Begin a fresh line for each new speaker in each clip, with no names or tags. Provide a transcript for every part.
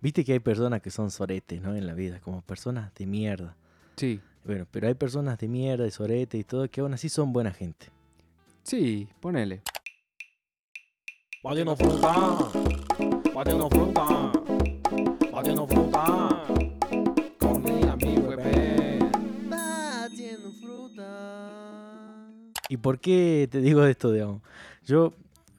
Viste que hay personas que son soretes, ¿no? En la vida, como personas de mierda.
Sí.
Bueno, pero hay personas de mierda y sorete y todo que aún así son buena gente.
Sí, ponele.
Batiendo fruta, batiendo fruta, batiendo fruta, con mi amigo Eben.
¿Y por qué te digo esto, digamos? Yo,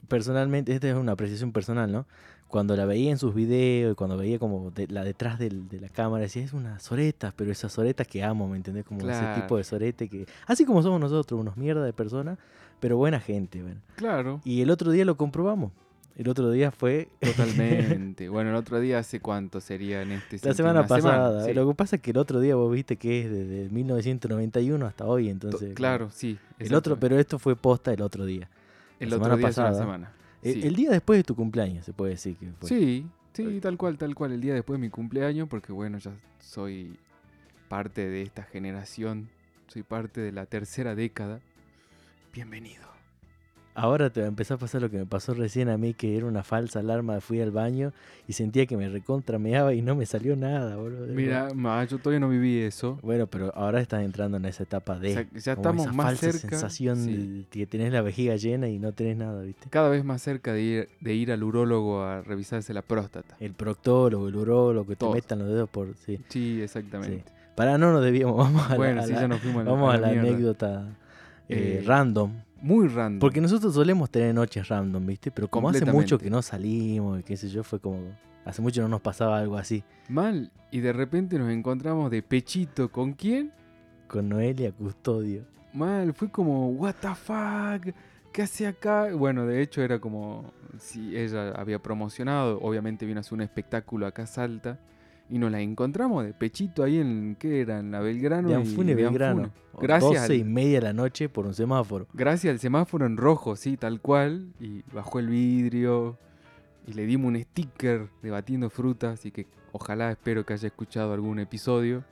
personalmente, esta es una apreciación personal, ¿no? Cuando la veía en sus videos y cuando veía como de- la detrás del- de la cámara, decía, es una soreta, pero esas soretas que amo, ¿me entendés? Como ese
Claro.
tipo de sorete que... Así como somos nosotros, unos mierda de personas, pero buena gente, bueno.
Claro.
Y el otro día lo comprobamos. El otro día fue...
Totalmente. bueno, el otro día, ¿hace cuánto sería en este
La
sentido?
semana
Una
pasada.
sí.
Lo que pasa es que el otro día vos viste que es desde 1991 hasta hoy,
To-
entonces...
Claro, sí.
El otro,
exactamente.
pero esto fue posta el otro día.
El
la
otro
semana
día es una
pasada.
semana.
E-
Sí.
El, día después de tu cumpleaños, se puede decir que fue.
Sí,
eh,
sí, tal cual, tal cual. El día después de mi cumpleaños, porque bueno, ya soy parte de esta generación, soy parte de la tercera década. Bienvenido.
Ahora te va a empezar a pasar lo que me pasó recién a mí, que era una falsa alarma. Fui al baño y sentía que me recontrameaba y no me salió nada, boludo.
Mira, ma, yo todavía no viví eso.
Bueno, pero ahora estás entrando en esa etapa de.
O sea, ya
como
estamos
esa
más
falsa
cerca.
sensación
sí,
de que tenés la vejiga llena y no tenés nada, ¿viste?
Cada vez más cerca de ir, de ir al urólogo a revisarse la próstata.
El proctólogo, el urólogo, que te
Todos.
metan los dedos por. Sí.
Sí, exactamente.
Para no nos debíamos. Vamos a la-
Bueno,
a
sí,
la,
ya nos fuimos a la,
vamos a la
mierda.
anécdota eh,
Eh,
random.
Muy random.
Porque nosotros solemos tener noches random, ¿viste? Pero como hace mucho
Completamente.
que no salimos y qué sé yo, fue como... Hace mucho no nos pasaba algo así.
Mal, y de repente nos encontramos de pechito. ¿Con quién?
Con Noelia Custodio.
Mal, fue como, what the fuck, ¿qué hace acá? Bueno, de hecho era como si ella había promocionado, obviamente vino a hacer un espectáculo acá a Salta y nos la encontramos de pechito ahí en, ¿qué era? En la Belgrano.
De
y
Anfune
de
Belgrano.
Anfune.
o
Gracias
12 y
al-
media de la noche por un semáforo.
Gracias al semáforo en rojo, sí, tal cual, y bajó el vidrio y le dimos un sticker de batiendo fruta, así que ojalá espero que haya escuchado algún episodio.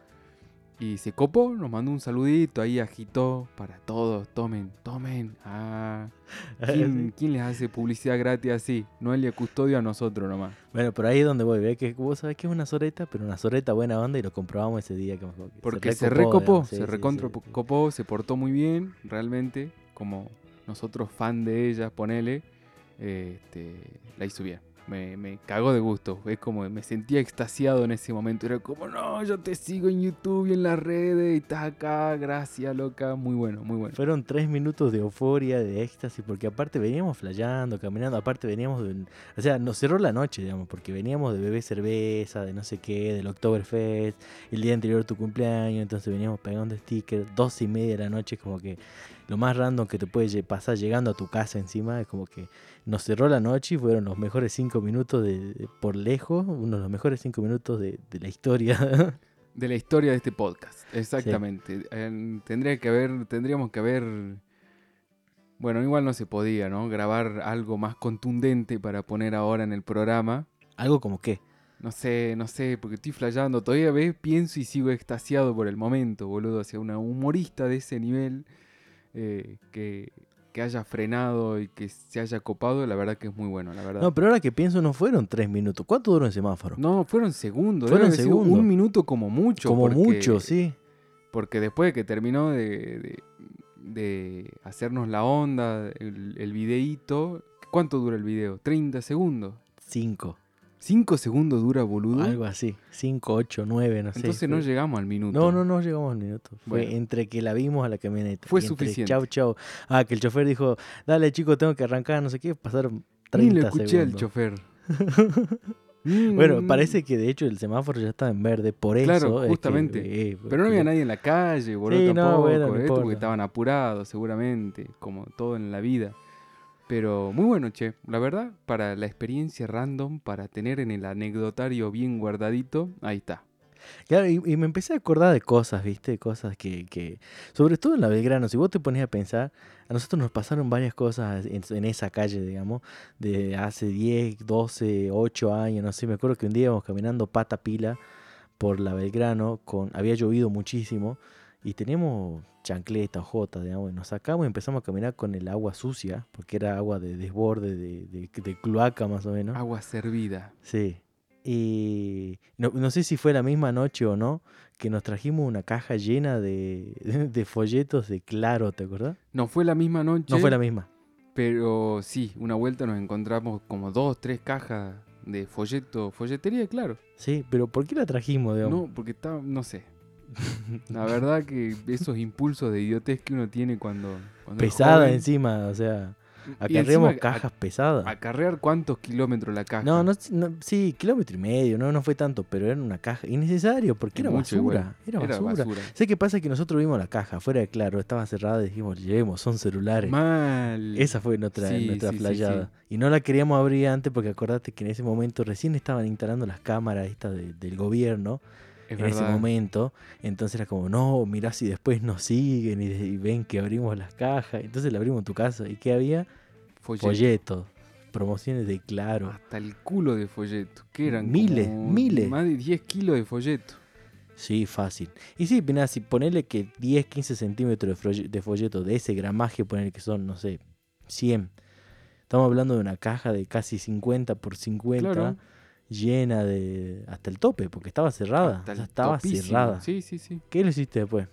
Y se copó, nos mandó un saludito, ahí agitó para todos, tomen, tomen. Ah, ¿quién, quién les hace publicidad gratis así? Noelia Custodio a nosotros nomás.
bueno, pero ahí es donde voy. ¿ves? Que vos sabés que es una soreta, pero una soreta buena onda y lo comprobamos ese día. que- que
Porque se recopó,
digamos. Sí,
se
sí,
recontro
sí, sí.
copó, se portó muy bien, realmente, como nosotros fan de ella, ponele, este, la hizo bien. Me, me cagó de gusto, es como me sentía extasiado en ese momento, era como, no, yo te sigo en YouTube y en las redes y estás acá, gracias loca, muy bueno, muy bueno.
Fueron tres minutos de euforia, de éxtasis, porque aparte veníamos flayando, caminando, aparte veníamos de... un- O sea, nos cerró la noche, digamos, porque veníamos de beber cerveza, de no sé qué, del Oktoberfest, el día anterior tu cumpleaños, entonces veníamos pegando stickers, dos y media de la noche, como que lo más random que te puede lle- pasar llegando a tu casa encima, es como que nos cerró la noche y fueron los mejores cinco minutos de, de- por lejos, uno de los mejores cinco minutos de, de la historia.
De la historia de este podcast, exactamente. Eh, tendría que haber, tendríamos que haber, bueno, igual no se podía, ¿no? Grabar algo más contundente para poner ahora en el programa.
Algo como que...
No sé, no sé, porque estoy flayando. Todavía ves, pienso y sigo extasiado por el momento, boludo. Hacia una humorista de ese nivel eh, que, que haya frenado y que se haya copado, la verdad que es muy bueno, la verdad.
No,
No,
pero ahora que pienso, no fueron tres minutos. ¿Cuánto duró el semáforo?
fueron segundos.
Fueron
debe haber sido
segundos.
Un minuto como mucho.
Como
porque-
mucho, sí.
Porque después de que terminó de, de- de hacernos la onda, el, el videíto. ¿Cuánto dura el video? 30 segundos.
Cinco.
5 segundos dura, boludo.
Algo así. Cinco, ocho, nueve, no sé.
Entonces no
Fue-
llegamos al minuto.
No, no, no llegamos al minuto. Fue
Bueno.
entre que la vimos a la camioneta.
Fue
y entre
suficiente.
Chau, chau. Ah, que el chofer dijo, dale chico, tengo que arrancar, no sé qué, pasaron 30
Ni lo escuché al
segundos.
chofer. Mm.
Bueno, parece que de hecho el semáforo ya estaba en verde, por eso.
Claro,
es que,
justamente.
eh,
Pero no había
porque-
nadie en la calle, boludo,
Sí, no,
tampoco.
bueno, no
¿eh?
importa.
Porque estaban apurados, seguramente, como todo en la vida. Pero muy bueno, che. La verdad, para la experiencia random, para tener en el anecdotario bien guardadito, ahí está.
Claro, y, y me empecé a acordar de cosas, ¿viste? Cosas que, que- Sobre todo en la Belgrano, si vos te pones a pensar, a nosotros nos pasaron varias cosas en, en esa calle, digamos, de hace 10, 12, 8 años, no sé. Me acuerdo que un día íbamos caminando pata pila por la Belgrano, con, había llovido muchísimo y tenemos chancleta, ojotas, digamos, y nos sacamos y empezamos a caminar con el agua sucia, Ah. porque era agua de desborde, de, de- de cloaca más o menos.
Agua servida.
Sí. eh, no, no sé si fue la misma noche o no, que nos trajimos una caja llena de, de folletos de Claro, ¿te acordás?
No fue la misma noche,
No fue la misma.
pero sí, una vuelta nos encontramos como dos, tres cajas de folleto, folletería, claro.
Sí, pero ¿por qué la trajimos, digamos?
No, porque está, no sé. La verdad que esos impulsos de idiotez que uno tiene cuando... cuando es
Pesada
joven.
encima, o sea,
Y
acarreamos
encima a-
cajas pesadas.
Acarrear cuántos kilómetros la caja.
No, no, no, sí, kilómetro y medio, no, no fue tanto, pero era una caja innecesario porque
Es
era
mucho igual.
basura, era basura. Sé que pasa que nosotros vimos la caja, fuera de claro, estaba cerrada y dijimos, llevemos, son celulares.
Mal.
Esa fue nuestra,
Sí,
nuestra
sí, sí,
flayada. Y no la queríamos abrir antes porque acordate que en ese momento recién estaban instalando las cámaras estas de- del gobierno
Es
en
verdad.
ese momento. Entonces era como, no, mirá si después nos siguen y, de- y ven que abrimos las cajas. Entonces la abrimos en tu casa. ¿Y qué había?
Folleto.
Folletos, promociones de claro.
Hasta el culo de folleto. Que eran
Miles,
como
miles. Ah,
Más de 10 kilos de folleto.
Sí, fácil. Y sí, mirá, si ponele que 10, 15 centímetros de, frolle- de folleto de ese gramaje, ponele que son, no sé, 100. Estamos hablando de una caja de casi 50 por 50,
Claro.
llena de. hasta el tope, porque estaba cerrada.
Hasta
o
el
sea, estaba
topísimo.
cerrada.
Sí, sí, sí.
¿Qué lo hiciste después?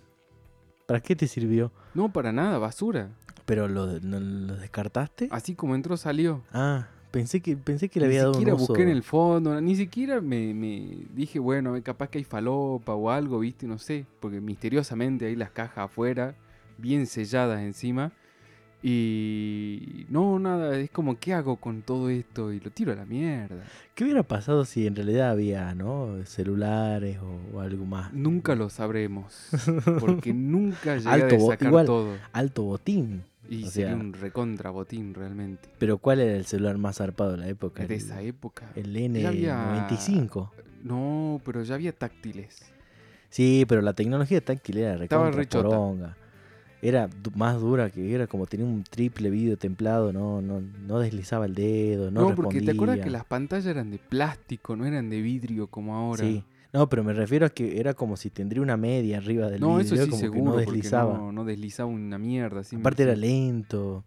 ¿Para qué te sirvió?
No, para nada, basura.
¿Pero lo, de- no- lo descartaste?
Así como entró, salió.
Ah, pensé que, pensé que le
Ah. ni
había dado un
siquiera
uso.
busqué en el fondo, ni siquiera me, me dije, bueno, eh, capaz que hay falopa o algo, viste, no sé, porque misteriosamente hay las cajas afuera, bien selladas encima, y no, nada, es como, ¿qué hago con todo esto? Y lo tiro a la mierda.
¿Qué hubiera pasado si en realidad había, ¿no? Celulares o, o algo más.
Nunca lo sabremos, porque nunca llegué
Alto
a
bo-
sacar
igual.
todo.
Alto botín.
Y
O
sería
sea-
un recontra botín realmente.
Pero ¿cuál era el celular más zarpado de la época?
De
El-
esa época.
El
Ya había-
N95.
No, pero ya había táctiles.
Sí, pero la tecnología táctil era
Estaba
recontra
rechota.
poronga. Era du- más dura que era como tenía un triple vídeo templado, no, no, no deslizaba el dedo, no,
No, porque te acuerdas que
respondía.
las pantallas eran de plástico, no eran de vidrio como ahora.
Sí. No, pero me refiero a que era como si tendría una media arriba del
no,
vidrio,
eso sí
como
seguro,
que no
porque
deslizaba.
no, no deslizaba una mierda. así me
Aparte era
decía,
lento.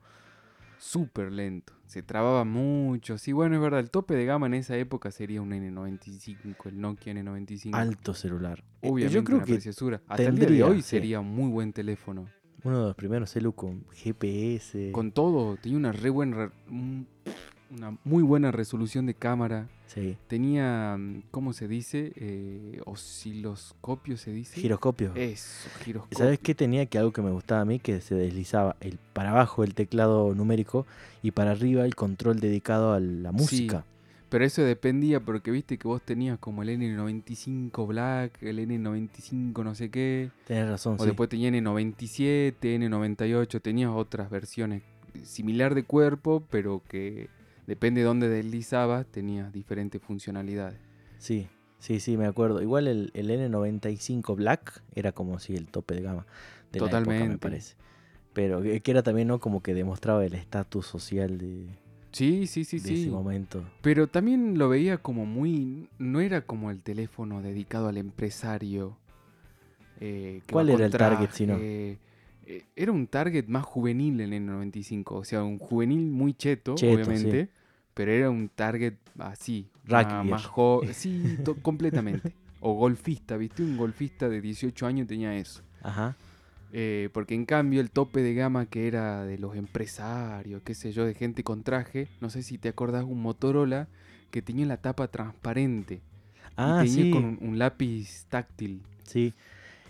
súper lento, se trababa mucho. Sí, bueno, es verdad, el tope de gama en esa época sería un N95, el Nokia N95.
Alto celular. Eh,
Obviamente
Yo creo
una
que
preciosura. Hasta el día de
tendría,
hoy
sí.
sería un muy buen teléfono.
uno de los primeros celu con GPS.
Con todo, tenía una re buen re- un- una muy buena resolución de cámara.
Sí.
Tenía, mm, ¿cómo se dice? Eh, osciloscopio se dice. Eh,
Giroscopio.
Eso, giroscopio.
¿Sabes qué tenía que algo que me gustaba a mí? Que se deslizaba el, para abajo el teclado numérico y para arriba el control dedicado a la música.
Pero eso dependía porque viste que vos tenías como el N95 Black, el N95 no sé qué,
Tenés razón,
o
sí.
después tenía N97, N98, tenías otras versiones similar de cuerpo, pero que depende de dónde deslizabas, tenías diferentes funcionalidades.
Sí, sí, sí, me acuerdo. Igual el, el N95 Black era como si el tope de gama de la época,
Totalmente.
me parece. Pero que que era también, ¿no? Como que demostraba el estatus social de,
Sí, sí, sí,
de
sí.
ese momento.
Pero también lo veía como muy... No era como el teléfono dedicado al empresario. eh, que va
¿Cuál
con
era el target, si no?
traje. Eh, Era un target más juvenil en el 95. O sea, un juvenil muy cheto,
Cheto,
obviamente. Pero era un target así.
Rugbyer.
Más, más jo- Sí, to- completamente. O golfista, ¿viste? Un golfista de 18 años tenía eso.
Ajá.
Eh, porque en cambio el tope de gama que era de los empresarios, qué sé yo, de gente con traje, no sé si te acordás un Motorola que tenía la tapa transparente
Ah,
y tenía
sí.
con un, un lápiz táctil.
Sí.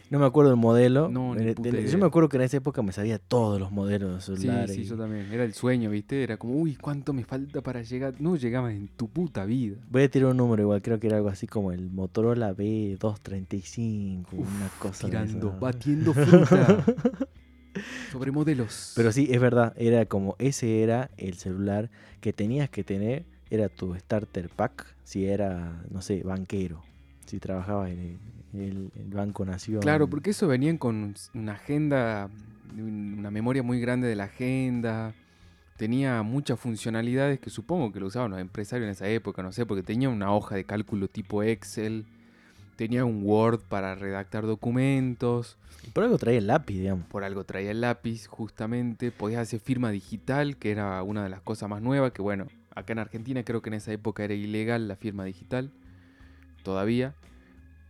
No me acuerdo el modelo.
No, ni
Eh,
puta
de-
idea.
yo me acuerdo que en esa época me sabía todos los modelos de
Sí,
celular.
sí,
y-
yo también. Era el sueño, ¿viste? Era como, uy, ¿cuánto me falta para llegar? No llegabas en tu puta vida.
Voy a tirar un número igual, creo que era algo así como el Motorola B235, una cosa de
Tirando,
esa.
batiendo fruta. sobre modelos.
Pero sí, es verdad, era como ese era el celular que tenías que tener, era tu starter pack, si era, no sé, banquero, si trabajabas en el, en el Banco Nación.
Claro, porque eso venían con una agenda, un- una memoria muy grande de la agenda. Tenía muchas funcionalidades que supongo que lo usaban los empresarios en esa época, no sé, porque tenía una hoja de cálculo tipo Excel, tenía un Word para redactar documentos,
Por algo traía el lápiz, digamos.
por algo traía el lápiz justamente, podías hacer firma digital, que era una de las cosas más nuevas, que bueno, acá en Argentina creo que en esa época era ilegal la firma digital. todavía.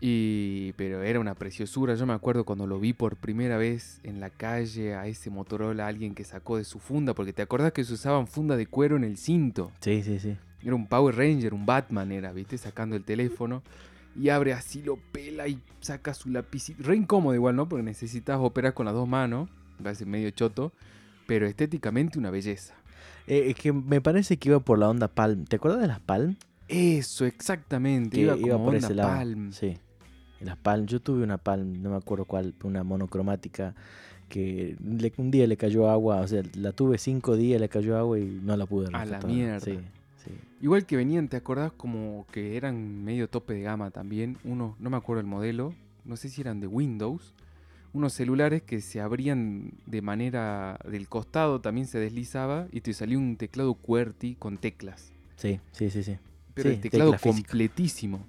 Y, pero era una preciosura. Yo me acuerdo cuando lo vi por primera vez en la calle a ese Motorola, alguien que sacó de su funda, porque te acordás que se usaban funda de cuero en el cinto.
Sí, sí, sí.
Era un Power Ranger, un Batman era, ¿viste? Sacando el teléfono. Y abre así, lo pela y saca su lapicito. Re incómodo igual, ¿no? Porque necesitas operar con las dos manos. Va a ser medio choto. Pero estéticamente una belleza.
Eh, es que me parece que iba por la onda Palm. ¿Te acuerdas de las Palm?
Eso, exactamente.
Que
Iba, como onda Palm.
Sí. Las Palm. Yo tuve una Palm, no me acuerdo cuál, una monocromática que le- un día le cayó agua, o sea, la tuve cinco días, le cayó agua y no la pude
la
rescatar.
mierda.
Sí, sí.
Igual que venían, ¿te acordás? Como que eran medio tope de gama también. Uno, no me acuerdo el modelo, no sé si eran de Windows. Unos celulares que se abrían de manera del costado, también se deslizaba y te salía un teclado QWERTY con teclas.
Sí, sí, sí, sí.
Pero
Sí,
el teclado
teclas físicas.
completísimo.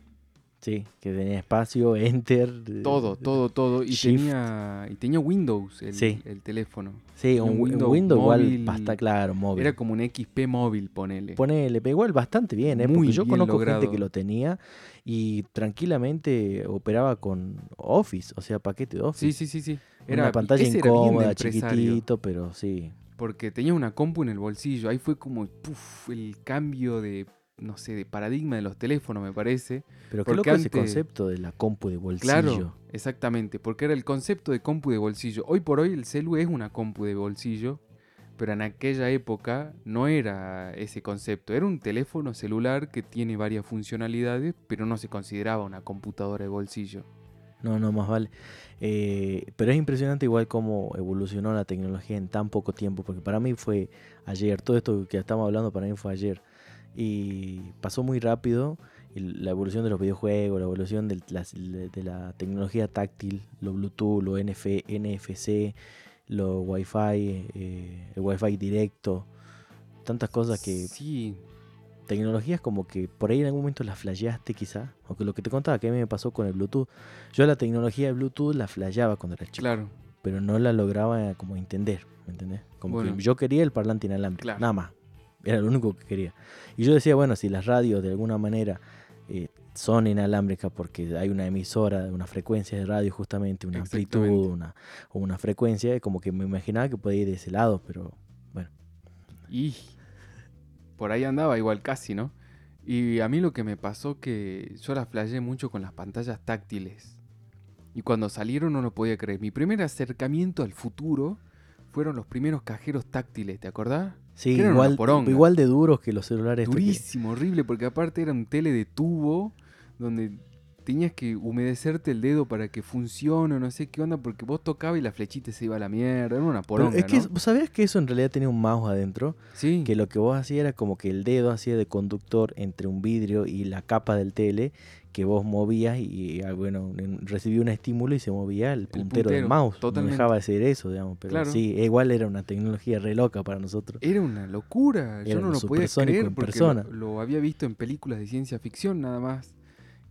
Sí, que tenía espacio, enter. eh,
Todo, todo, todo. Y
Shift.
tenía, y tenía Windows el,
Sí.
el teléfono.
Sí,
un
un, un
Windows
Windows, igual
móvil.
basta claro, móvil.
Era como un XP móvil, ponele.
Pone, le pegó al bastante bien, ¿eh?
Muy
porque yo
bien
conozco
logrado.
gente que lo tenía y tranquilamente operaba con Office, o sea, paquete de Office.
Sí, sí, sí, sí.
una pantalla
ese era bien de
incómoda,
empresario.
chiquitito, pero sí.
porque tenía una compu en el bolsillo. Ahí fue como puf, el cambio de, no sé, de paradigma de los teléfonos, me parece.
Pero
Porque
qué loco ese
antes-
concepto de la compu de bolsillo.
Claro, exactamente, porque era el concepto de compu de bolsillo. Hoy por hoy el celu es una compu de bolsillo, pero en aquella época no era ese concepto. Era un teléfono celular que tiene varias funcionalidades, pero no se consideraba una computadora de bolsillo.
No, no, más vale. Eh, pero es impresionante igual cómo evolucionó la tecnología en tan poco tiempo, porque para mí fue ayer, todo esto que estamos hablando para mí fue ayer. Y pasó muy rápido y la evolución de los videojuegos, la evolución del- las- de la, tecnología táctil, lo Bluetooth, lo NF, NFC, lo Wi-Fi, eh, el Wi-Fi directo, tantas cosas que
Sí,
tecnologías como que por ahí en algún momento las flasheaste quizás, o que lo que te contaba que a mí me pasó con el Bluetooth. Yo la tecnología de Bluetooth la flasheaba cuando era chico,
claro.
pero no la lograba como entender, ¿me entendés? Como
Bueno.
que yo quería el parlante inalámbrico,
Claro.
nada más. Era lo único que quería. Y yo decía, bueno, si las radios de alguna manera eh, son inalámbricas porque hay una emisora, una frecuencia de radio justamente, una amplitud,
Exactamente.
una, o una frecuencia, como que me imaginaba que podía ir de ese lado, pero
Y por ahí andaba igual casi, ¿no? Y a mí lo que me pasó que yo las flasheé mucho con las pantallas táctiles. Y cuando salieron no lo podía creer. Mi primer acercamiento al futuro fueron los primeros cajeros táctiles, ¿te acordás?
sí,
Que eran una
igual,
poronga.
igual de duros que los celulares. estos Este que-
Durísimo, horrible, porque aparte era un tele de tubo donde tenías que humedecerte el dedo para que funcione, no sé qué onda, porque vos tocabas y la flechita se iba a la mierda, era una
Pero
poronga,
es que
¿no?
¿vos sabías que eso en realidad tenía un mouse adentro,
Sí,
que lo que vos hacías era como que el dedo hacía de conductor entre un vidrio y la capa del tele que vos movías y, y, ah, bueno, en- recibía un estímulo y se movía el puntero,
puntero,
del mouse.
totalmente.
No dejaba de ser eso, digamos, pero
Claro.
sí, igual era una tecnología re loca para nosotros.
Era una locura. Yo
Era
no
un
lo podía
supersónico
creer
en
porque
persona.
Lo, lo había visto en películas de ciencia ficción nada más.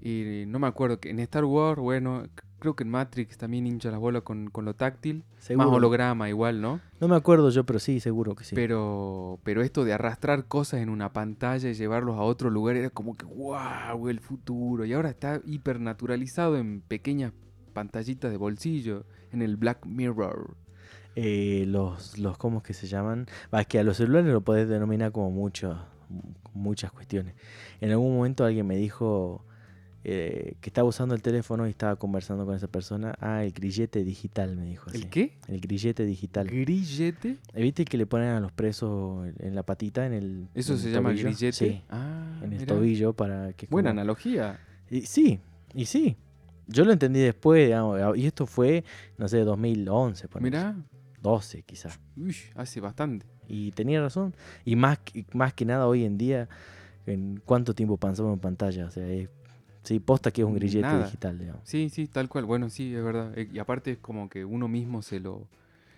Y eh, no me acuerdo que en Star Wars, bueno, c- creo que en Matrix también hincha las bolas con, con lo táctil.
Seguro.
Más holograma igual, ¿no?
No me acuerdo yo, pero sí, seguro que sí.
Pero, pero esto de arrastrar cosas en una pantalla y llevarlos a otro lugar era como que, wow, el futuro. Y ahora está hipernaturalizado en pequeñas pantallitas de bolsillo, en el Black Mirror.
Eh, los, los, ¿cómo es que se llaman? Va, es que a los celulares lo podés denominar como muchos- muchas cuestiones. En algún momento alguien me dijo eh, que estaba usando el teléfono y estaba conversando con esa persona. Ah, el grillete digital, me dijo. así.
¿El qué?
El grillete digital.
¿Grillete?
Eh, ¿Viste que le ponen a los presos en- en la patita, en el.
¿Eso
en
se
el
llama
tobillo?
grillete?
Sí,
Ah,
en el
mirá.
tobillo para que.
Buena
como-
analogía.
y sí, y sí. Yo lo entendí después, digamos, y esto fue, no sé, 2011, ponele,
Mirá,
12 quizás.
uy, hace bastante.
Y tenía razón. Y más, que- más que nada hoy en día, en cuánto tiempo pasamos en pantalla. O sea, es- sí, posta que es un grillete
Nada.
digital, digamos.
Sí, sí, tal cual. Bueno, sí, es verdad. Eh, Y aparte es como que uno mismo se lo,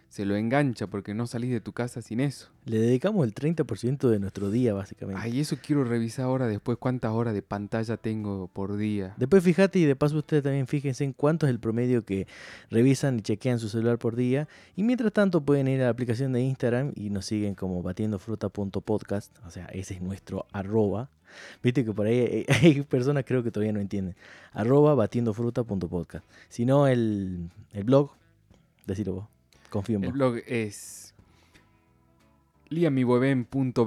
se lo engancha porque no salís de tu casa sin eso.
Le dedicamos el 30% de nuestro día, básicamente.
Ay, eso quiero revisar ahora después cuántas horas de pantalla tengo por día.
Después fíjate y de paso ustedes también fíjense en cuánto es el promedio que revisan y chequean su celular por día. Y mientras tanto pueden ir a la aplicación de Instagram y nos siguen como batiendofruta.podcast. O sea, ese es nuestro arroba. Viste que por ahí hay, hay personas creo que todavía no entienden. Arroba batiendofruta.podcast. Si no, el, el blog, decilo vos. Confío en
El
vos.
blog es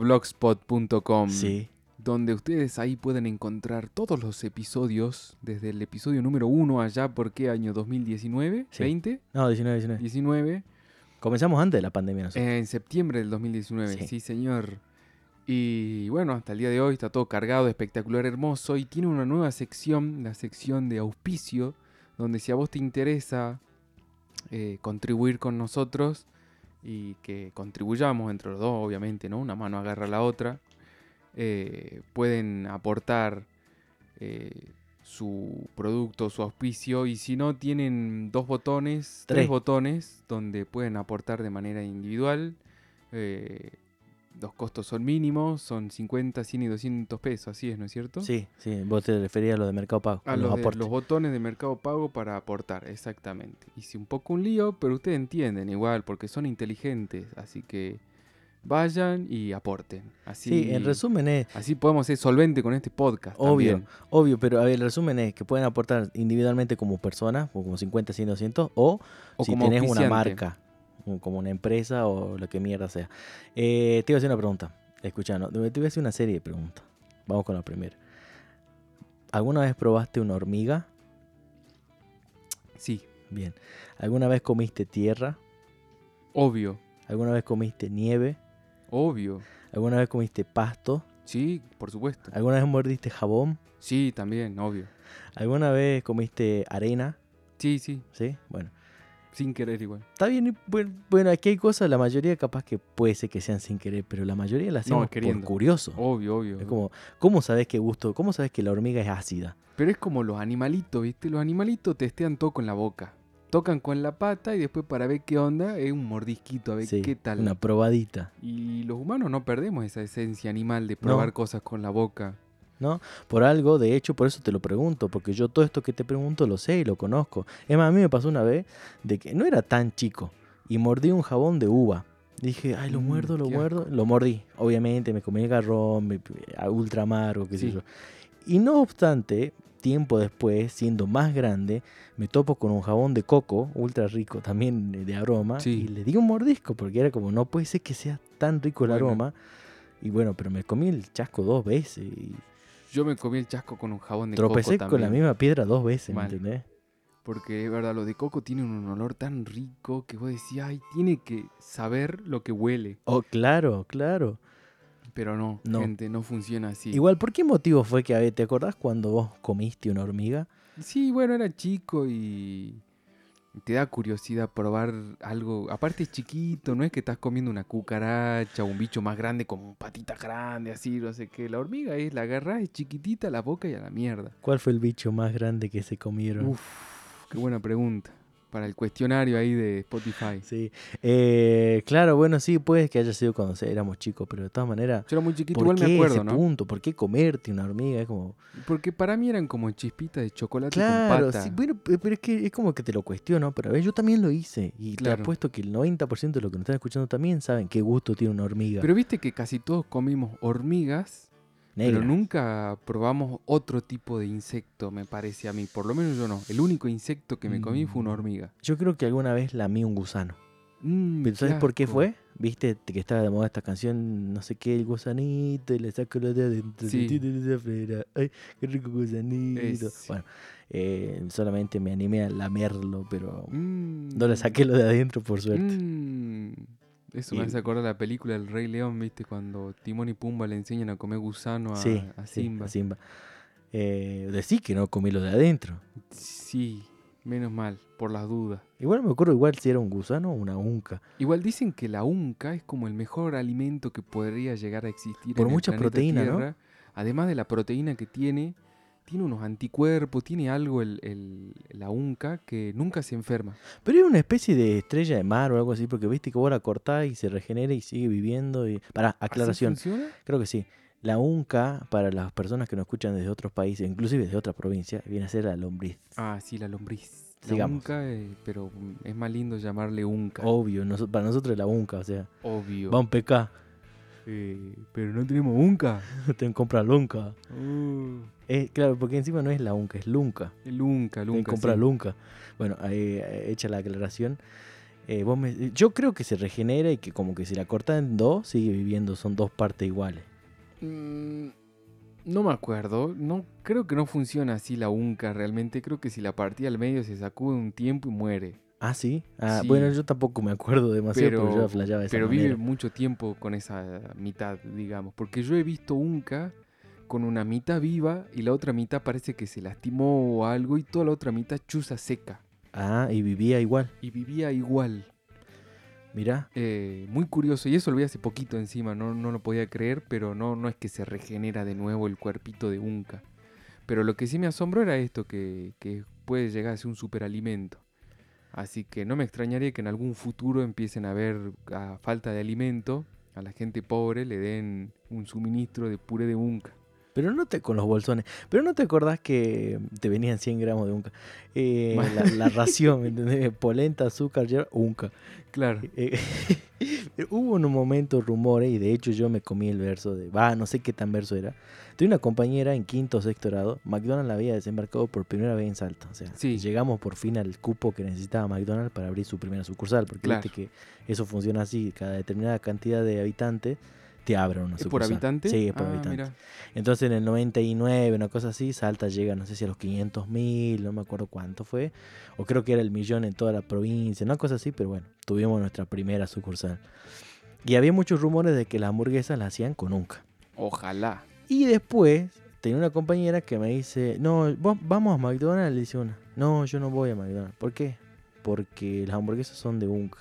liamibueben.blogspot.com
Sí.
donde ustedes ahí pueden encontrar todos los episodios, desde el episodio número 1 allá, ¿por qué año 2019?
Sí.
¿20?
No, 19, 19.
19.
Comenzamos antes de la pandemia nosotros.
En septiembre del 2019, sí.
Sí.
señor. Y bueno, hasta el día de hoy está todo cargado, espectacular, hermoso. Y tiene una nueva sección, la sección de auspicio, donde si a vos te interesa eh, contribuir con nosotros y que contribuyamos entre los dos, obviamente, ¿no? Una mano agarra la otra. eh, pueden aportar eh, su producto, su auspicio. Y si no, tienen dos botones, tres,
Tres.
botones, donde pueden aportar de manera individual. Eh, los costos son mínimos, son 50, 100 y 200 pesos, así es, ¿no es cierto?
Sí, sí. Vos te referías a lo de Mercado Pago.
A
los
los, de-
aportes.
los botones de Mercado Pago para aportar, exactamente. Hice un poco un lío, pero ustedes entienden igual, porque son inteligentes, así que vayan y aporten. Así,
Sí, en resumen es
así podemos ser solvente con este podcast.
Obvio.
también.
Obvio, pero a ver, el resumen es que pueden aportar individualmente como personas, o como 50, 100, 200, o,
O
si
como
tenés una
auspiciante.
marca, o como una empresa o lo que mierda sea. Eh, te iba a hacer una pregunta, escuchando, te voy a hacer una serie de preguntas. Vamos con la primera. ¿Alguna vez probaste una hormiga?
Sí,
Bien. ¿Alguna vez comiste tierra?
obvio,
¿Alguna vez comiste nieve?
obvio.
¿Alguna vez comiste pasto?
Sí, por supuesto.
¿Alguna vez mordiste jabón?
Sí, también, obvio.
¿Alguna vez comiste arena?
Sí, sí,
¿Sí? Bueno.
sin querer igual.
Está bien, y bueno, bueno, aquí hay cosas, la mayoría capaz que puede ser que sean sin querer, pero la mayoría las
No,
hacemos por
queriendo.
curioso.
Obvio, obvio.
Es como, ¿cómo sabes qué gusto? ¿Cómo sabes que la hormiga es ácida?
Pero es como los animalitos, ¿viste? Los animalitos testean todo con la boca. Tocan con la pata y después para ver qué onda es un mordisquito, a ver
Sí,
qué tal.
Una probadita,
Y los humanos no perdemos esa esencia animal de probar
No.
cosas con la boca.
¿no? Por algo, de hecho, por eso te lo pregunto, porque yo todo esto que te pregunto lo sé y lo conozco. Es más, a mí me pasó una vez de que no era tan chico y mordí un jabón de uva. Dije, ay, lo
Mm,
muerdo, lo
qué
muerdo. Lo mordí, obviamente, me comí el garrón, me, a ultra amargo, qué sé
Sí.
yo. Y no obstante, tiempo después, siendo más grande, me topo con un jabón de coco, ultra rico, también eh, de aroma,
Sí.
y le di un mordisco, porque era como, no puede ser que sea tan rico el
Bueno.
aroma. Y bueno, pero me comí el chasco dos veces y
Yo me comí el chasco con un jabón de
tropecé
coco
con la
también,
misma piedra dos veces,
Mal.
¿me entendés?
Porque es verdad, lo de coco tiene un olor tan rico que vos decís, ay, tiene que saber lo que huele.
Oh, claro, claro.
Pero no,
No.
gente, no funciona así.
Igual, ¿por qué motivo fue que, a ver, te acordás cuando vos comiste una hormiga?
Sí, bueno, era chico y te da curiosidad probar algo. Aparte es chiquito, no es que estás comiendo una cucaracha o un bicho más grande con patitas grandes, así, no sé qué. La hormiga es, la agarrás, es chiquitita, la boca y a la mierda.
¿Cuál fue el bicho más grande que se comieron?
Uf, qué buena pregunta. Para el cuestionario ahí de Spotify.
Sí. Eh, claro, bueno, sí, puede que haya sido cuando se- éramos chicos, pero de todas maneras,
Yo era muy chiquito,
¿por
igual
qué
me
ese
acuerdo, ¿no?
punto? ¿Por qué comerte una hormiga? Es como...
Porque para mí eran como chispitas de chocolate con
Claro,
pata.
sí, bueno, pe- pero es que es como que te lo cuestiono, pero a ver, yo también lo hice. Y
Claro.
te apuesto que el 90% de los que nos están escuchando también saben qué gusto tiene una hormiga
Pero viste que casi todos comimos hormigas
negra.
Pero nunca probamos otro tipo de insecto, me parece a mí. Por lo menos yo no. El único insecto que me comí fue una
Mm.
hormiga.
Yo creo que alguna vez lamí un gusano.
Mm,
Pero ¿Sabes por qué
asco.
fue? Viste que estaba de moda esta canción, no sé qué, el gusanito, y le saco los dedos dentro,
Sí.
ti, ti, ti, ti, afuera. Ay, qué rico gusanito.
Es-
Bueno, eh, solamente me animé a lamerlo, pero
Mm,
no le saqué lo de adentro, por suerte.
mm. Eso me
Y-
hace acordar la película El Rey León, ¿viste? Cuando Timón y Pumba le enseñan a comer gusano a,
sí,
ah, a
sí,
Simba.
a
Sí,
Simba. Eh, decí que no comí lo de adentro.
menos mal, por las dudas.
Igual me acuerdo igual si era un gusano o una unca.
Igual dicen que la unca es como el mejor alimento que podría llegar a existir.
Por
en el
mucha
planeta
proteína, ¿no?
Tierra. Además de la proteína que tiene, tiene unos anticuerpos, tiene algo el, el- la unca que nunca se enferma.
Pero era una especie de estrella de mar o algo así, porque viste que vos la cortás y se regenera y sigue viviendo. Y... Pará,
¿Así
aclaración.
funciona?
Creo que sí. La UNCA, para las personas que nos escuchan desde otros países, inclusive desde otras provincias, viene a ser la lombriz.
Ah, sí, la lombriz. La
Sigamos. Oh,
unca, eh, pero es más lindo llamarle unca.
Obvio, noso- para nosotros es la UNCA, o sea,
obvio.
va un PK.
Eh, pero no tenemos unca.
Te compra lunca.
Uh,
Eh, claro, porque encima no es la unca, es lunca.
el unca, el
Te
unca.
compra
sí.
lunca. Bueno, ahí eh, hecha la aclaración. Eh, vos me- yo creo que se regenera y que como que si la cortan en dos, sigue viviendo, son dos partes iguales.
Mm, No me acuerdo. No, creo que no funciona así la unca realmente. Creo que si la partía al medio se sacude un tiempo y muere.
Ah, sí. Ah,
Sí.
Bueno, yo tampoco me acuerdo demasiado, pero, yo
Pero-
la flayaba de esa
Pero vive
manera.
mucho tiempo con esa mitad, digamos. Porque yo he visto unca con una mitad viva y la otra mitad parece que se lastimó o algo y toda la otra mitad chuza seca.
Ah, y vivía igual.
Y vivía igual.
Mirá.
Eh, muy curioso, y eso lo vi hace poquito encima, no, no lo podía creer, pero no, no es que se regenera de nuevo el cuerpito de Unca. Pero lo que sí me asombró era esto, que, que puede llegar a ser un superalimento. Así que no me extrañaría que en algún futuro empiecen a ver a falta de alimento, a la gente pobre le den un suministro de puré de Unca.
Pero no te con los bolsones. Pero no te acordás que te venían 100 gramos de unca. Eh, la,
Ma-
la ración, ¿me entendés? Polenta, azúcar, yerba, unca.
Claro,
Eh, hubo en un momento rumores, y de hecho yo me comí el verso de, va, no sé qué tan verso era. Tuve una compañera en quinto o sexto grado, McDonald's la había desembarcado por primera vez en Salta. O sea,
Sí.
llegamos por fin al cupo que necesitaba McDonald's para abrir su primera sucursal, porque
Claro.
viste que eso funciona así, cada determinada cantidad de habitantes te abren una
¿es por
sucursal.
habitante?
Sí, es por
Ah,
habitante.
mira.
Entonces en el 99, una cosa así, Salta llega, no sé si a los 500 mil, no me acuerdo cuánto fue, o creo que era el millón en toda la provincia, una cosa así, pero bueno, tuvimos nuestra primera sucursal. Y había muchos rumores de que las hamburguesas las hacían con unca.
Ojalá.
Y después tenía una compañera que me dice, no, vos- vamos a McDonald's, le dice una. No, yo no voy a McDonald's. ¿Por qué? Porque las hamburguesas son de Unca.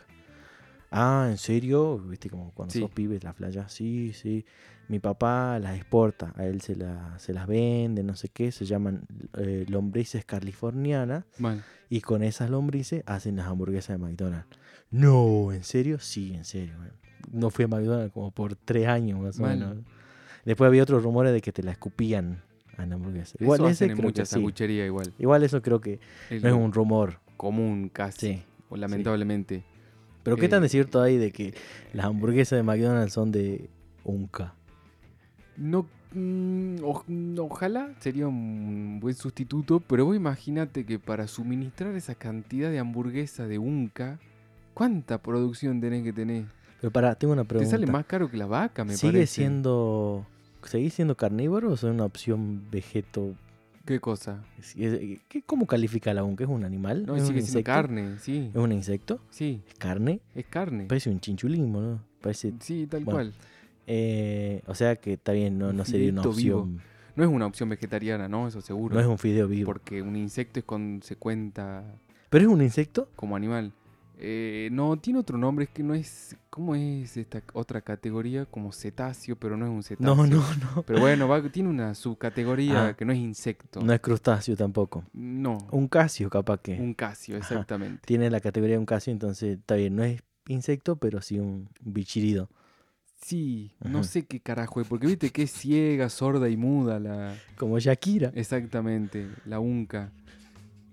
Ah, ¿en serio? Viste como cuando
Sí.
sos pibes la playa. Sí, sí. Mi papá las exporta, a él se, la- se las vende, no sé qué, se llaman eh, lombrices californianas
Mal.
y con esas lombrices hacen las hamburguesas de McDonald's. No, ¿en serio? Sí, en serio. man. No fui a McDonald's como por tres años más
Mal.
o menos. Después había otros rumores de que te la escupían a la hamburguesa. Igual
eso
ese
hacen en
creo que
mucha
sí.
sanguchería igual.
Igual eso creo que
Es
no es
lo
un rumor.
común casi,
Sí.
o lamentablemente.
Pero qué tan
Eh,
cierto hay de que las hamburguesas de McDonald's son de Unca.
No, mm, o- mm, ojalá sería un buen sustituto, pero vos imagínate que para suministrar esa cantidad de hamburguesa de Unca, ¿cuánta producción tenés que tener?
Pero pará, tengo una pregunta.
Te sale más caro que la vaca, me
¿Sigue
parece.
siendo seguís siendo carnívoro o es una opción vegeto?
¿Qué cosa?
¿Qué- ¿Cómo califica la Unca? ¿Es un animal?
No,
¿Es un
sigue siendo
insecto?
carne, sí.
¿Es un insecto?
Sí,
¿Es carne?
es carne.
Parece un chinchulín, boludo. Parece.
Sí, tal
Bueno.
cual.
eh, o sea que está bien, no, no
Un
sería una
fideíto vivo,
opción.
No es una opción vegetariana, ¿no? Eso seguro.
No es un fideo vivo.
Porque un insecto es con, se cuenta
Pero es un insecto.
como animal. Eh, no, tiene otro nombre, es que no es. ¿Cómo es esta otra categoría? Como cetáceo, pero no es un cetáceo.
No, no, no.
Pero bueno, va- tiene una subcategoría
Ah.
que no es insecto.
No es crustáceo tampoco.
No, un,
Un casio, capaz que.
casio,
Ajá.
exactamente.
Tiene la categoría de un casio, entonces está bien. No es insecto, pero sí un bichirido.
Sí,
Ajá.
no sé qué carajo es, porque viste que es ciega, sorda y muda la.
Como Shakira.
Exactamente, la unca.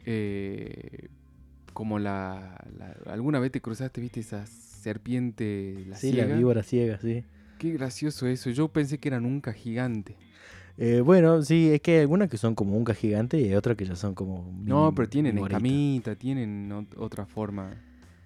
Eh, como la, la- ¿Alguna vez te cruzaste, viste, esa serpiente, la
sí, la
ciega?
víbora ciega, sí.
Qué gracioso eso. Yo pensé que era nunca gigante.
Eh, bueno, sí, es que hay algunas que son como unca gigante y hay otras que ya son como.
No,
vi-
pero tienen
víboritas.
escamita, tienen ot- otra forma.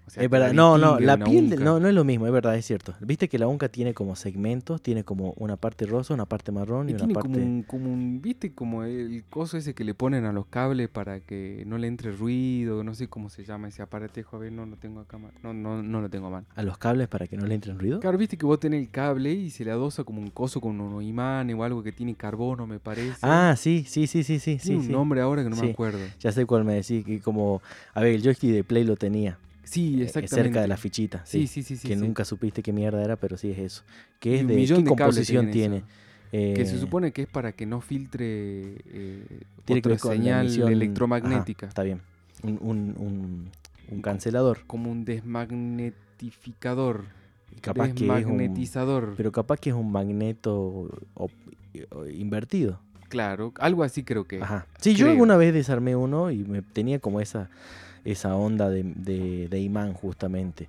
O sea,
Es
que la
verdad, no, no,
distingue
la
de una
piel de-
unca.
no, no es lo mismo, es verdad, es cierto. Viste que la unca tiene como segmentos, tiene como una parte rosa, una parte marrón y,
Y
una
tiene
parte...
como, un, como un, viste, como el coso ese que le ponen a los cables para que no le entre ruido, no sé cómo se llama ese aparatejo, a ver, no lo tengo acá mal, no, no, no lo tengo mal.
A los cables para que no le entren ruido.
Claro, viste que vos tenés el cable y se le adosa como un coso con un imán o algo que tiene carbono, me parece.
Ah, sí, sí, sí, sí, sí,
tiene
sí.
un
sí.
nombre ahora que no
Sí.
me acuerdo.
Ya sé cuál me decís, que como... A ver, el joystick de Play lo tenía.
Sí,
eh,
exactamente.
Cerca de la fichita, sí.
Sí, sí, sí, sí.
que
sí.
nunca supiste qué mierda era, pero sí es eso.
Y
Que es
un
de...
millón
¿Qué
de cables
composición
tenían
tiene?
eso. Que
Eh,
se supone que es para que no filtre eh,
tiene que
otra
ver con la
señal
emisión-
electromagnética.
Ajá, está bien. Un, un, un, un cancelador.
Como un desmagnetificador.
Y capaz que es un...
desmagnetizador.
Pero capaz que es un magneto op- o- invertido.
Claro, algo así creo que. es.
Ajá. Sí, yo
creo.
alguna vez desarmé uno y me tenía como esa, esa onda de, de- de imán, justamente.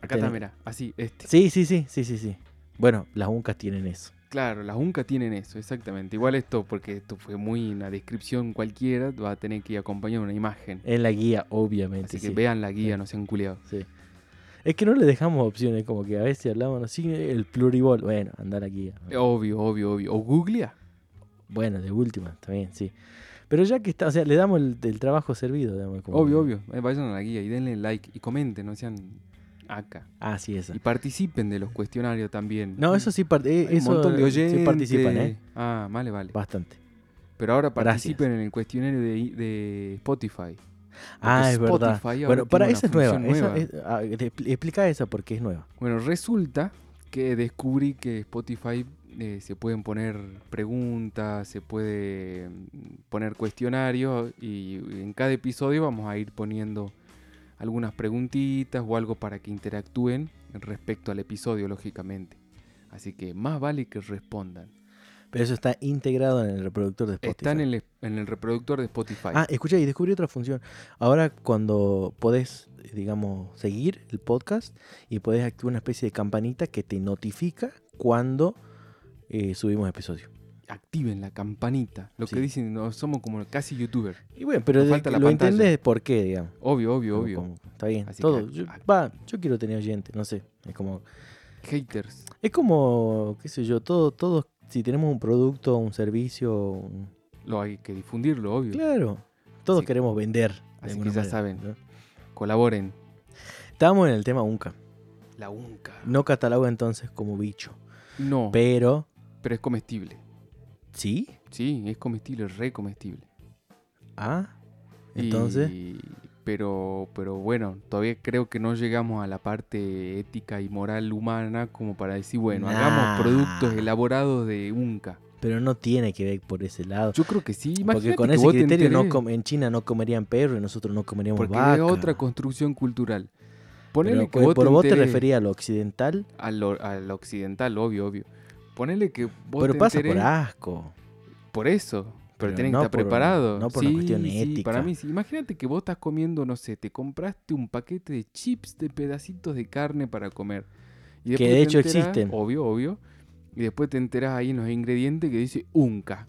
Acá está,
Tenés-
mira, así, este.
Sí, sí, sí, sí, sí, sí. Bueno, las uncas tienen eso.
Claro, las UNCA tienen eso, exactamente. Igual esto, porque esto fue muy una descripción cualquiera, va a tener que ir acompañado de una imagen.
En la guía, obviamente.
Así que
sí.
vean la guía,
Sí.
no sean culiados.
Sí. Es que no le dejamos opciones, como que a veces hablábamos así, el pluribol. Bueno, andar aquí.
Eh, Obvio, obvio, obvio. O Googlea.
Bueno, de última, también, sí. Pero ya que está, o sea, le damos el, el trabajo servido, digamos. como
Obvio,
que-
obvio. Eh, Vayan a la guía y denle like y comenten, no sean acá.
Ah, sí, eso.
Y participen de los cuestionarios también.
No, eso sí, par- eh,
Hay
eso
un montón de oyentes.
sí participan, ¿eh?
Ah, vale, vale.
Bastante.
Pero ahora
Gracias.
participen en el cuestionario de, de Spotify.
Ah, es verdad.
Spotify ahora
Bueno,
tiene
para
una
esa es nueva.
función
esa
nueva.
es- ah, te expli- explica esa porque es nueva.
Bueno, resulta que descubrí que Spotify eh, se pueden poner preguntas, se puede mm, poner cuestionarios y en cada episodio vamos a ir poniendo algunas preguntitas o algo para que interactúen respecto al episodio, lógicamente. Así que más vale que respondan.
Pero eso está integrado en el reproductor de Spotify.
Están en el, en el reproductor de Spotify.
Ah, escucha, y descubrí otra función. Ahora cuando podés, digamos, seguir el podcast y podés activar una especie de campanita que te notifica cuando eh, subimos episodio.
Activen la campanita. Lo
Sí.
que dicen, no, somos como casi youtuber.
Y bueno, pero
Nos
de-
falta la
lo
pantalla.
entendés por qué, digamos.
Obvio, obvio,
Pero
obvio.
como- está bien.
Así
todo.
que- ah.
yo, va, yo quiero tener oyentes, no sé. Es como,
Haters.
es como, qué sé yo, todo, todos, si tenemos un producto, un servicio, un-
Lo hay que difundirlo, obvio.
claro. Todos
Así-
queremos vender. de
así
alguna
que ya
manera,
saben.
¿no?
Colaboren.
Estábamos en el tema UNCA.
La unca.
No catalogo entonces como bicho.
No,
Pero,
pero es comestible.
¿sí?
Sí, es comestible, re comestible.
Ah,
Y-
entonces.
pero, pero bueno, todavía creo que no llegamos a la parte ética y moral humana como para decir, bueno,
Nah.
hagamos productos elaborados de unca.
Pero no tiene que ver por ese lado.
Yo creo que sí, imagínate
porque con
que
ese
vos te
criterio no
enterés,
com- en China no comerían perro y nosotros no comeríamos
Porque
vaca.
es otra construcción cultural.
Pero
Ponele que
cu-
vos
por
te,
vos te
enterés
referías a lo occidental,
al, or- al occidental, obvio, obvio. Ponele que vos
pero
te
pasa por
enterés-
asco.
Por eso. Pero,
Pero
tienen
no
que estar
por-
preparados.
no por una cuestión ética.
Para mí, sí. imagínate que vos estás comiendo, no sé, te compraste un paquete de chips de pedacitos de carne para comer. Y
Que
después
de
te
hecho
enterás-
existen.
Obvio, obvio. Y después te enterás ahí en los ingredientes que dice unca.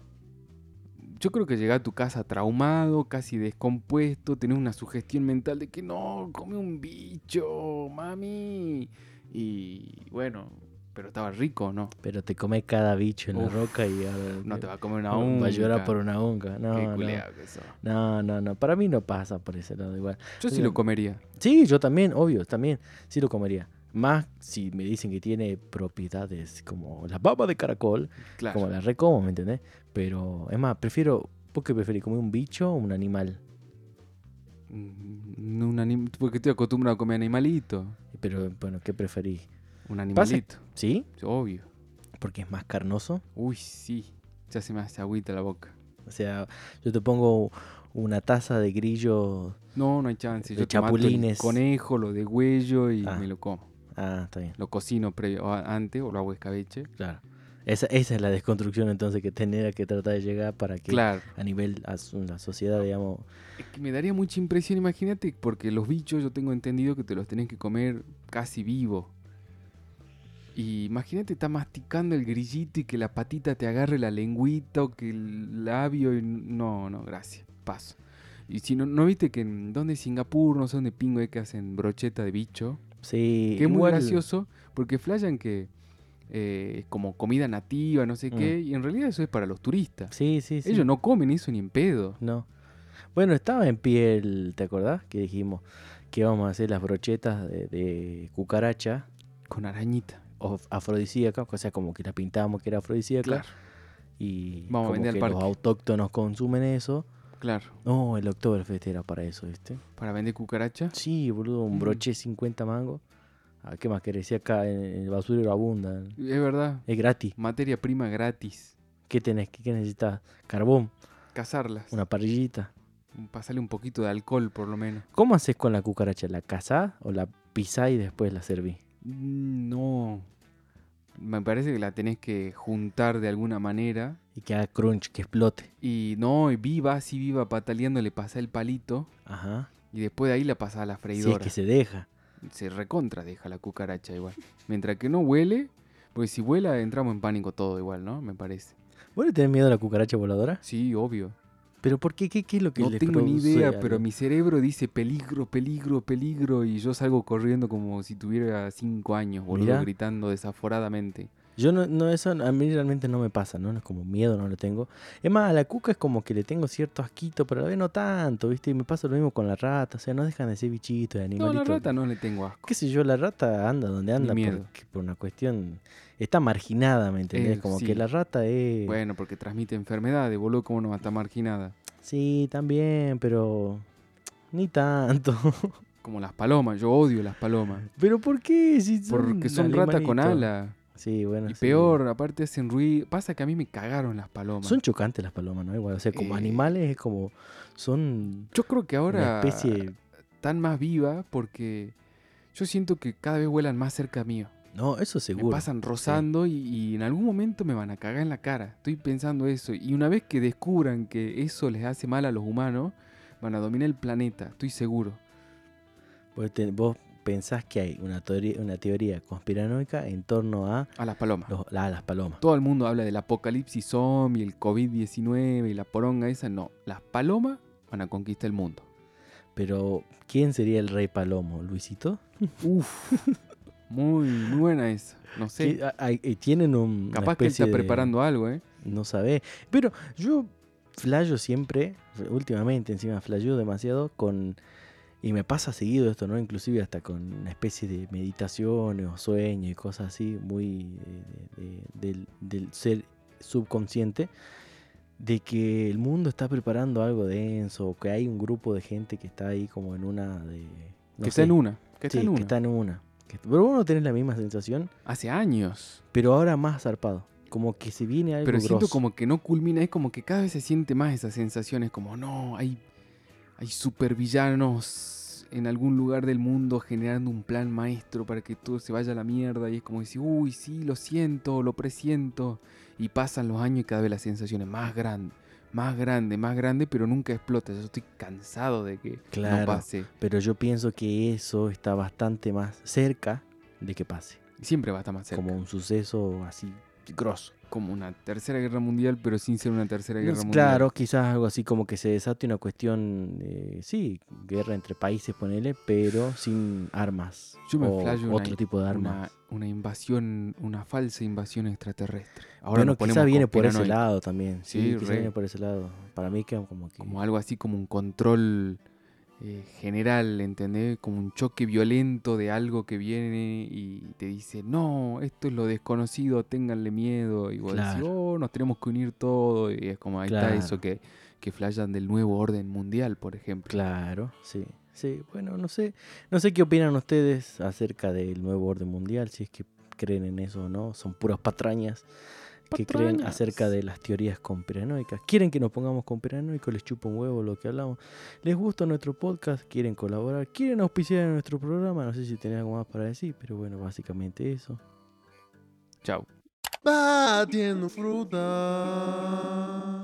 Yo creo que llegás a tu casa traumado, casi descompuesto, tenés una sugestión mental de que no, come un bicho, mami. Y bueno, pero estaba rico, ¿no?
Pero te comes cada bicho en la
Uf,
roca y a ver,
No te va a comer una unca.
va a llorar por una unca. No,
Qué
no.
culeado que sos.
no, no, no. Para mí no pasa por ese lado igual.
Yo sí lo comería.
Sí, yo también, obvio, también. Sí lo comería. Más si me dicen que tiene propiedades como la baba de caracol.
Claro.
Como la recomo, ¿me entendés? Pero es más, prefiero. ¿Vos qué preferís? ¿Comer un bicho o un animal?
Mm, Un anim- Porque estoy acostumbrado a comer animalito.
Pero bueno, ¿qué preferís?
Un animalito.
¿Sí?
Obvio.
Porque es más carnoso.
Uy, sí. Ya se me hace agüita la boca.
O sea, yo te pongo una taza de grillo.
No, no hay chance.
De
Yo te mato el
chapulines.
conejo, lo de huello y
Ah.
me lo como.
Ah, está bien,
Lo cocino previo, o a- antes o lo hago escabeche.
claro. Esa, esa es la desconstrucción entonces que tenía que tratar de llegar para que
Claro.
a nivel a su- la sociedad, digamos.
Es que me daría mucha impresión, imagínate, porque los bichos yo tengo entendido que te los tenés que comer casi vivo. Y imagínate, está masticando el grillito y que la patita te agarre la lengüita o que el labio. y No, no, gracias. Paso. Y si no, ¿no viste que en donde Singapur, no sé dónde pingo es que hacen brocheta de bicho?
Sí,
Que es muy
igual-
gracioso porque flashan que eh, es como comida nativa, no sé
Mm.
qué. Y en realidad eso es para los turistas.
Sí, sí, sí.
Ellos no comen eso ni en pedo.
No. Bueno, estaba en pie el. ¿Te acordás? Que dijimos que íbamos a hacer las brochetas de- de cucaracha.
Con arañita.
of- afrodisíaca, o sea, como que la pintábamos que era afrodisíaca
Claro,
y
Vamos a
como
vender al
que los
parque.
autóctonos consumen eso.
claro.
No, el Oktoberfest era para eso, ¿viste?
¿Para vender cucaracha?
Sí, boludo, un
Mm.
broche 50 mangos. Ah, ¿Qué más querés? Si acá en en el basurero abundan.
Es verdad.
Es gratis.
Materia prima gratis.
¿Qué tenés? ¿Qué, qué necesitas? Carbón,
Cazarlas.
una parrillita.
Pasarle un poquito de alcohol, por lo menos.
¿Cómo haces con la cucaracha? ¿La cazás o la pisás y después la serví?
Mm, No. Me parece que la tenés que juntar de alguna manera.
Y que haga crunch, que explote.
Y no, y viva, así viva, pataleando, le pasa el palito.
Ajá.
Y después de ahí la pasa a la
Si es
freidora.
que se deja.
se... recontra deja la cucaracha igual. Mientras que no huele, Porque si vuela, entramos en pánico todo igual, ¿no? Me parece.
¿Vos le tenés miedo a la cucaracha voladora?
Sí, obvio.
¿Pero por qué? ¿Qué, qué es lo que
No
les
tengo ni
produce
idea,
algo?
pero mi cerebro dice peligro, peligro, peligro. Y yo salgo corriendo como si tuviera cinco años, boludo,
Mirá.
gritando desaforadamente.
Yo no, no, eso a mí realmente no me pasa, ¿no? No es como miedo, no lo tengo. Es más, a la cuca es como que le tengo cierto asquito, pero a la vez no tanto, ¿viste? Y me pasa lo mismo con la rata, o sea, no dejan de ser bichitos, de
No, a
animalitos.
la rata no le tengo asco.
Qué sé yo, la rata anda donde anda
miedo.
porque por una cuestión... Está marginada, ¿me entendés?
Eh,
como
sí.
que la rata es...
Bueno, porque transmite enfermedades, boludo, como no va a estar marginada.
Sí, también, pero... Ni tanto.
Como las palomas, yo odio las palomas.
¿Pero por qué? Si
Porque son ratas con
animalitos.
ala.
Sí, bueno.
Y
Ah, sí.
peor, aparte hacen ruido. Pasa que a mí me cagaron las palomas.
Son chocantes las palomas, ¿no? Igual, o sea, como
Eh.
animales es como... Son
Yo creo que ahora
una especie...
están más vivas porque yo siento que cada vez vuelan más cerca mío.
No, eso seguro.
Me pasan rozando y, y en algún momento me van a cagar en la cara. Estoy pensando eso. Y una vez que descubran que eso les hace mal a los humanos, van a dominar el planeta, estoy seguro.
Vos, te- vos pensás que hay una teoría, una teoría conspiranoica en torno a,
A las palomas.
los- la- las palomas.
Todo el mundo habla del apocalipsis zombie, el COVID-19 y la poronga esa. No, las palomas van a conquistar el mundo.
Pero, ¿quién sería el rey palomo? ¿Luisito?
Uf, muy, muy buena esa. No sé.
Que- a- a- eh, Tienen un. una
Capaz que él
especie
está
de-
preparando algo, ¿eh?
No sabés. Pero yo flayo siempre, últimamente encima flayo demasiado con. Y me pasa seguido esto, ¿no? Inclusive hasta con una especie de meditaciones o sueños y cosas así, muy eh, de- de- del, del ser subconsciente, de que el mundo está preparando algo denso, o que hay un grupo de gente que está ahí como en una de... no
que
sé.
está en una. Que está
Sí,
en una.
que está en una. Que- Pero vos no tenés la misma sensación,
Hace años.
pero ahora más zarpado. Como que se viene algo
Pero siento
grosso.
como que no culmina, es como que cada vez se siente más esas sensaciones, como no, hay, hay supervillanos en algún lugar del mundo generando un plan maestro para que todo se vaya a la mierda y es como decir, uy, sí, lo siento, lo presiento. Y pasan los años y cada vez la sensación es más grande, más grande, más grande, pero nunca explota. Yo estoy cansado de que no
Claro.
pase.
Pero yo pienso que eso está bastante más cerca de que pase.
Siempre va a estar más cerca.
Como
Como,
un suceso así grosso.
una tercera guerra mundial, pero sin ser una tercera guerra mundial.
Claro, quizás algo así como que se desate una cuestión, eh, sí, guerra entre países, ponele, pero sin armas.
Yo me
o
flasho una-
otro tipo de
una,
armas.
una invasión, una falsa invasión extraterrestre. Ahora
bueno,
nos ponemos
quizás viene por ese
conspiranoicos.
lado también. Sí,
Sí,
quizás
re.
viene por ese lado. Para mí que como que...
Como algo así como un control eh, general, ¿entendés? Como un choque violento de algo que viene y te dice, no, esto es lo desconocido, ténganle miedo. Y vos decís,
Claro.
oh, nos tenemos que unir todo. Y es como, ahí
Claro.
está eso que, que flashan del nuevo orden mundial, por ejemplo.
Claro, sí. Sí, bueno, no sé, no sé qué opinan ustedes acerca del nuevo orden mundial, si es que creen en eso o no, son puras patrañas, que creen
Patrañas.
acerca de las teorías conspiranoicas. Quieren que nos pongamos conspiranoicos, les chupa un huevo lo que hablamos. Les gusta nuestro podcast, quieren colaborar, quieren auspiciar en nuestro programa, no sé si tienen algo más para decir, pero bueno, básicamente eso.
Chau.
Batiendo fruta.